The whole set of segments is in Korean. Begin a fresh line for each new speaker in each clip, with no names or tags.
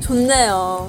좋네요.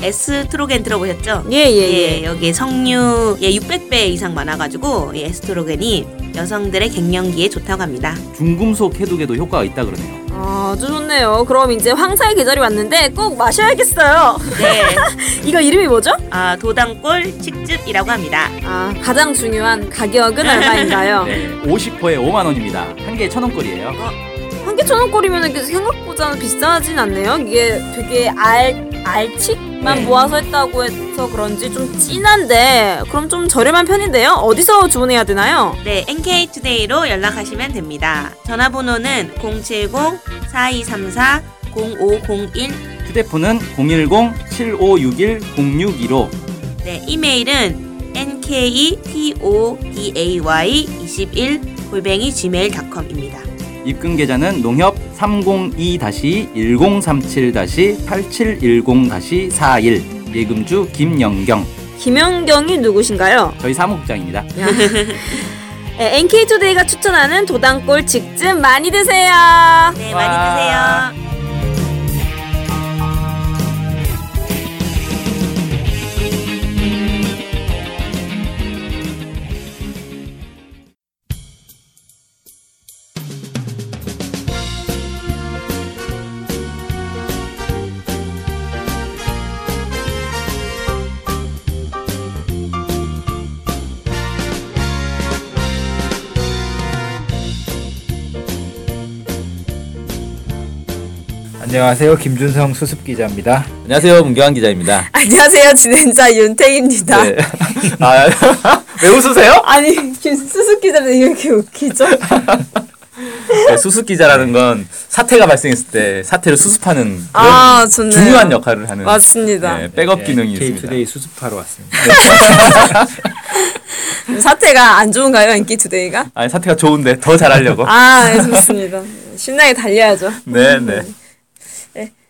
에스트로겐 들어보셨죠?
예예예.
여기 성류에 600배 이상 많아가지고 이 에스트로겐이 여성들의 갱년기에 좋다고 합니다.
중금속 해독에도 효과가 있다 그러네요.
아주 좋네요. 그럼 이제 황사의 계절이 왔는데 꼭 마셔야겠어요.
네,
이거 이름이 뭐죠?
아, 도당골 칡즙이라고 합니다.
아 가장 중요한 가격은 얼마인가요?
네, 50호에 5만 원입니다. 한 개에 천 원꼴이에요.
한 개 천 원꼴이면 이게 생각보다 비싸진 않네요. 이게 되게 알 알칡만
네.
모아서 했다고 해서 그런지 좀 진한데 그럼 좀 저렴한 편인데요. 어디서 주문해야 되나요?
네, NK투데이로 연락하시면 됩니다. 전화번호는 070-4234-0501
휴대폰은 010-7561-0615
네, 이메일은 nktoday21 골뱅이 gmail.com입니다.
입금 계좌는 농협 302-1037-8710-41 예금주 김영경
김연경이 누구신가요?
저희 사무국장입니다.
네, NK투데이가 추천하는 도당골 직즙 많이 드세요.
네,
와.
많이 드세요.
안녕하세요. 김준성 수습 기자입니다.
안녕하세요 문경환 기자입니다.
안녕하세요, 진행자 윤태입니다.
네. 아, 왜 웃으세요?
아니 수수 기자님 이렇게 웃기죠?
네, 수습 기자라는 건 사태가 발생했을 때 사태를 수습하는
아 좋네요. 아,
그런 중요한 역할을 하는
맞습니다.
네, 백업 기능이 있습니다.
예, K투데이 수습하러 왔습니다.
네.
사태가 안 좋은가요, 인기투데이가?
아니 사태가 좋은데 더 잘하려고.
아, 네, 좋습니다. 신나게 달려야죠.
네, 네.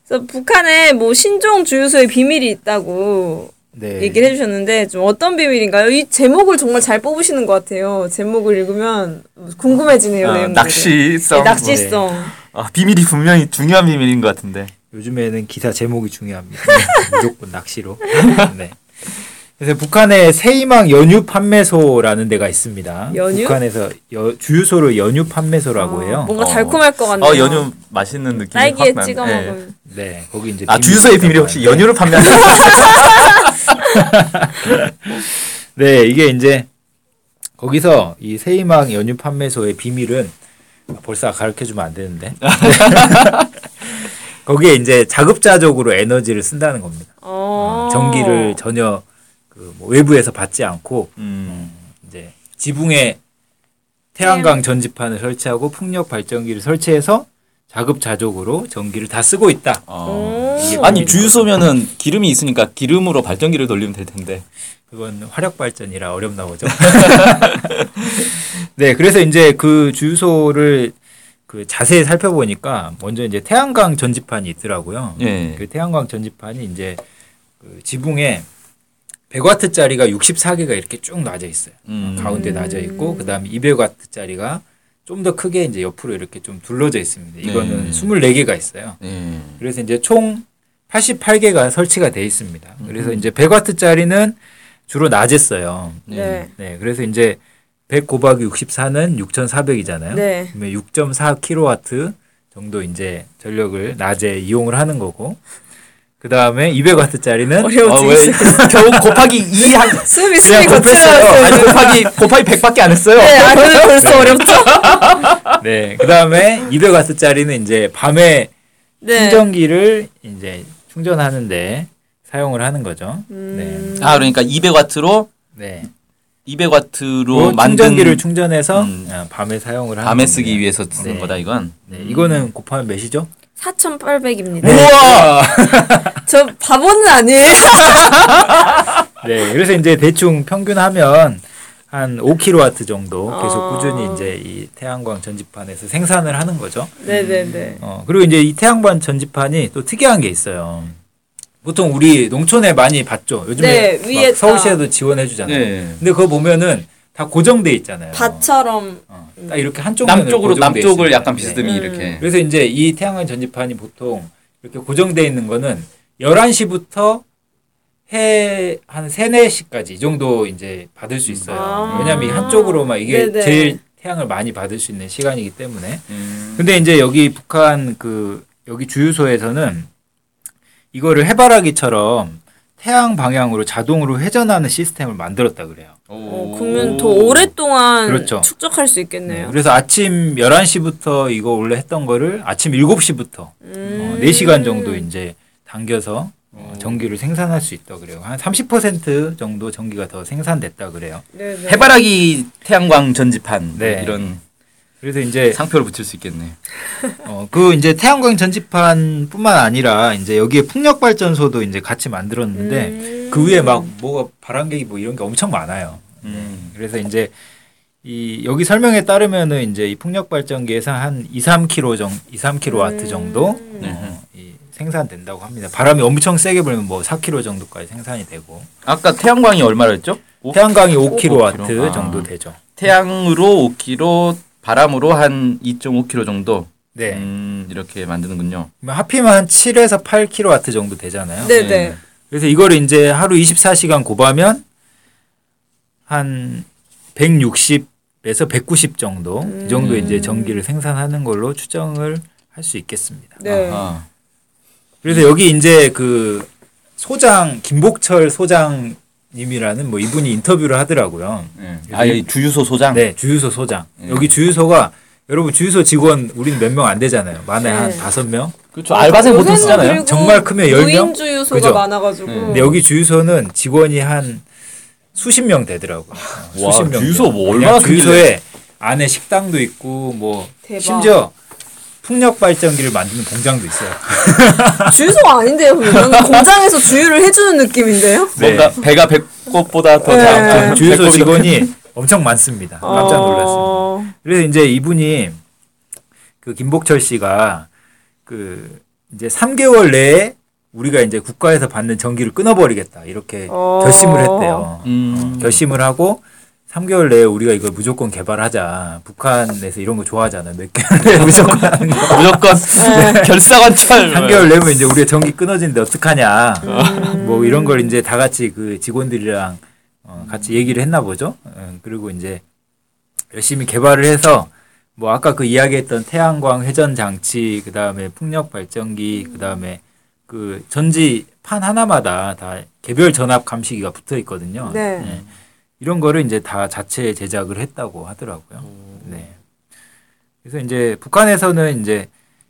그래서 북한에 뭐 신종 주유소에 비밀이 있다고
네.
얘기를 해주셨는데 좀 어떤 비밀인가요? 이 제목을 정말 잘 뽑으시는 것 같아요. 제목을 읽으면 궁금해지네요.
아,
내용들이.
낚시성.
네, 낚시성.
아, 비밀이 분명히 중요한 비밀인 것 같은데.
요즘에는 기사 제목이 중요합니다. 네, 무조건 낚시로. 네. 그래서 북한의 세이망 연유 판매소라는 데가 있습니다.
연유?
북한에서 여, 주유소를 연유 판매소라고 해요.
아, 뭔가
어.
달콤할 것 아, 같네요.
어 연유 맛있는 느낌이
딸기에
확 나는-
찍어
예.
먹으면.
네, 거기 이제
아 주유소의 비밀이 혹시 연유를 판매하는?
네, 이게 이제 거기서 이 세이망 연유 판매소의 비밀은 아, 벌써 가르쳐 주면 안 되는데. 거기에 이제 자급자족으로 에너지를 쓴다는 겁니다.
어.
아, 전기를 전혀 그뭐 외부에서 받지 않고
음.
이제 지붕에 태양광 전지판을 설치하고 풍력 발전기를 설치해서 자급자족으로 전기를 다 쓰고 있다.
어.
오.
아니 주유소면은 기름이 있으니까 기름으로 발전기를 돌리면 될 텐데.
그건 화력 발전이라 어렵나 보죠. 네, 그래서 이제 그 주유소를 그 자세히 살펴보니까 먼저 이제 태양광 전지판이 있더라고요.
예.
그 태양광 전지판이 이제 그 지붕에 100와트짜리가 64개가 이렇게 쭉 놔져 있어요.
음.
가운데 낮아 있고 그다음에 200와트짜리가 좀 더 크게 이제 옆으로 이렇게 좀 둘러져 있습니다.
네.
이거는 24개가 있어요.
예.
그래서 이제 총 88개가 설치가 돼 있습니다.
음.
그래서 이제 100와트짜리는 주로 낮에 써요.
네.
네, 그래서 이제 100 곱하기 64는 6,400이잖아요.
네.
그러면 6.4kW 정도 이제 전력을 낮에 이용을 하는 거고. 그다음에 200와트짜리는
아, 왜
어려워지겠어요.
겨우 곱하기 2 한,
숨이
그냥
숨이
곱했어요.
고쳐요.
아니, 곱하기, 곱하기 100밖에 안 했어요.
네, 아, 그래도 벌써 어렵죠?
네, 그다음에 200와트짜리는 이제 밤에
네.
충전기를 이제 충전하는데 사용을 하는 거죠.
음.
네.
아, 그러니까 200와트로,
네. 그
200와트로 만든
충전기를 충전해서
음.
아, 밤에 사용을 하는
밤에
겁니다.
쓰기 위해서 음. 쓰는
네.
거다, 이건.
네, 이거는 곱하면 몇이죠?
4,800입니다.
네.
우와!
저 바보는 아니에요.
네, 그래서 이제 대충 평균하면 한 5kW 정도 계속
아.
꾸준히 이제 이 태양광 전지판에서 생산을 하는 거죠.
네네네.
어, 그리고 이제 이 태양광 전지판이 또 특이한 게 있어요. 보통 우리 농촌에 많이 봤죠. 요즘에
네, 위에
막 서울시에도 지원해 주잖아요.
네.
근데 그거 보면은 다 고정돼 있잖아요.
밭처럼
어, 딱 이렇게 한쪽 면으로
남쪽으로
고정돼
남쪽을
있습니다. 네.
약간 비스듬히
음.
이렇게.
그래서 이제 이 태양광 전지판이 보통 이렇게 고정돼 있는 거는 11시부터 해한 3, 4시까지 이 정도 이제 받을 수 있어요.
아.
왜냐면 이 한쪽으로만 이게
네네.
제일 태양을 많이 받을 수 있는 시간이기 때문에.
음.
근데 이제 여기 북한 그 여기 주유소에서는 이거를 해바라기처럼 태양 방향으로 자동으로 회전하는 시스템을 만들었다 그래요.
어,
오.
그러면 더 오랫동안
그렇죠.
축적할 수
네,
있겠네요.
그래서 아침 11시부터 이거 원래 했던 거를 아침 7시부터
음.
어, 4시간 정도 이제 당겨서 어, 전기를 생산할 수 있다 그래요. 한 30% 정도 전기가 더 생산됐다 그래요.
네네.
해바라기 태양광 전지판
네.
이런
그래서 이제
상표를 붙일 수 있겠네.
어, 그 이제 태양광 전지판뿐만 아니라 이제 여기에 풍력 발전소도 이제 같이 만들었는데
음.
그 위에 막 뭐가 바람개기 뭐 이런 게 엄청 많아요.
음.
그래서 이제 이 여기 설명에 따르면은 이제 이 풍력 발전기에서 한 2, 3kg 정 2, 3kW
음.
정도
음.
어, 이 생산된다고 합니다. 바람이 엄청 세게 불면 뭐 4kg 정도까지 생산이 되고
아까 태양광이 얼마라 했죠? 오-
태양광이
5kW.
5kW
아.
정도 되죠.
태양으로 5kg, 바람으로 한 2.5kg 정도.
네.
음, 이렇게 만드는군요.
그러면 하필이면 한 7에서 8kW 정도 되잖아요.
네네.
그래서 이걸 이제 하루 24시간 곱하면 한 160에서 190 정도 이 정도
음.
이제 전기를 생산하는 걸로 추정을 할 수 있겠습니다.
네.
아하.
그래서 여기 이제 그 소장 김복철 소장님이라는 뭐 이분이 인터뷰를 하더라고요.
네. 아, 예. 이 주유소 소장.
네, 주유소 소장. 여기 주유소가 여러분 주유소 직원 우린 몇 명 안 되잖아요. 많에 한
네.
다섯 명.
그렇죠. 알바생 보통
요새는
쓰잖아요.
그리고
정말 크면 열 명?
무인 주유소가
그죠?
많아가지고.
네.
근데 여기 주유소는 직원이 한 수십 명 되더라고요.
와,
수십 명.
주유소 뭐
그냥
얼마나
주유소에 안에 식당도 있고 뭐
대박.
심지어 풍력 발전기를 만드는 공장도 있어요.
주유소가 아닌데요, 그러면 공장에서 주유를 해주는 느낌인데요.
뭔가 배가 배꼽보다 더 작은
네.
주유소
배꼽이 더
직원이 엄청 많습니다. 깜짝 놀랐습니다.
어,
그래서 이제 이분이 그 김복철 씨가 그 이제 3개월 내에 우리가 이제 국가에서 받는 전기를 끊어버리겠다 이렇게
어.
결심을 했대요.
음.
결심을 하고 3개월 내에 우리가 이걸 무조건 개발하자. 북한에서 이런 거 좋아하잖아요. 몇 개월 내에 무조건 하는 거.
무조건
네.
결사관찰.
3개월 내면 이제 우리의 전기 끊어지는데 어떡하냐. 뭐 이런 걸 이제 다 같이 그 직원들이랑 어, 같이 얘기를 했나 보죠. 어, 그리고 이제 열심히 개발을 해서 뭐 아까 그 이야기했던 태양광 회전 장치, 그 다음에 풍력 발전기, 그 다음에 그 전지 판 하나마다 다 개별 전압 감시기가 붙어 있거든요.
네.
이런 거를 이제 다 자체 제작을 했다고 하더라고요.
음.
네. 그래서 이제 북한에서는 이제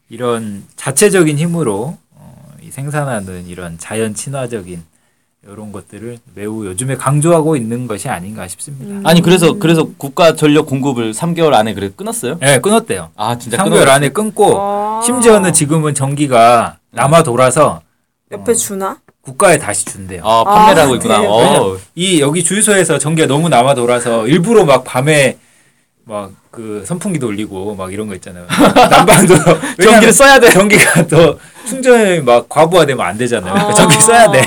이런 자체적인 힘으로 어, 이 생산하는 이런 자연 친화적인 이런 것들을 매우 요즘에 강조하고 있는 것이 아닌가 싶습니다.
아니 그래서 그래서 국가 전력 공급을 3개월 안에 그래 끊었어요?
네, 끊었대요.
아 진짜
3개월
끊었어요.
안에 끊고
아.
심지어는 지금은 전기가 남아 돌아서
옆에 주나?
국가에 다시 준대요.
아 판매를
아,
하고 있구나.
그래요?
어.
네, 이 여기 주유소에서 전기가 너무 남아 돌아서 일부러 막 밤에 막 그 선풍기 돌리고 막 이런 거 있잖아요. 난방도
전기를 써야 돼.
전기가 더 충전이 막 과부하되면 안 되잖아요. 그러니까 전기 써야 돼.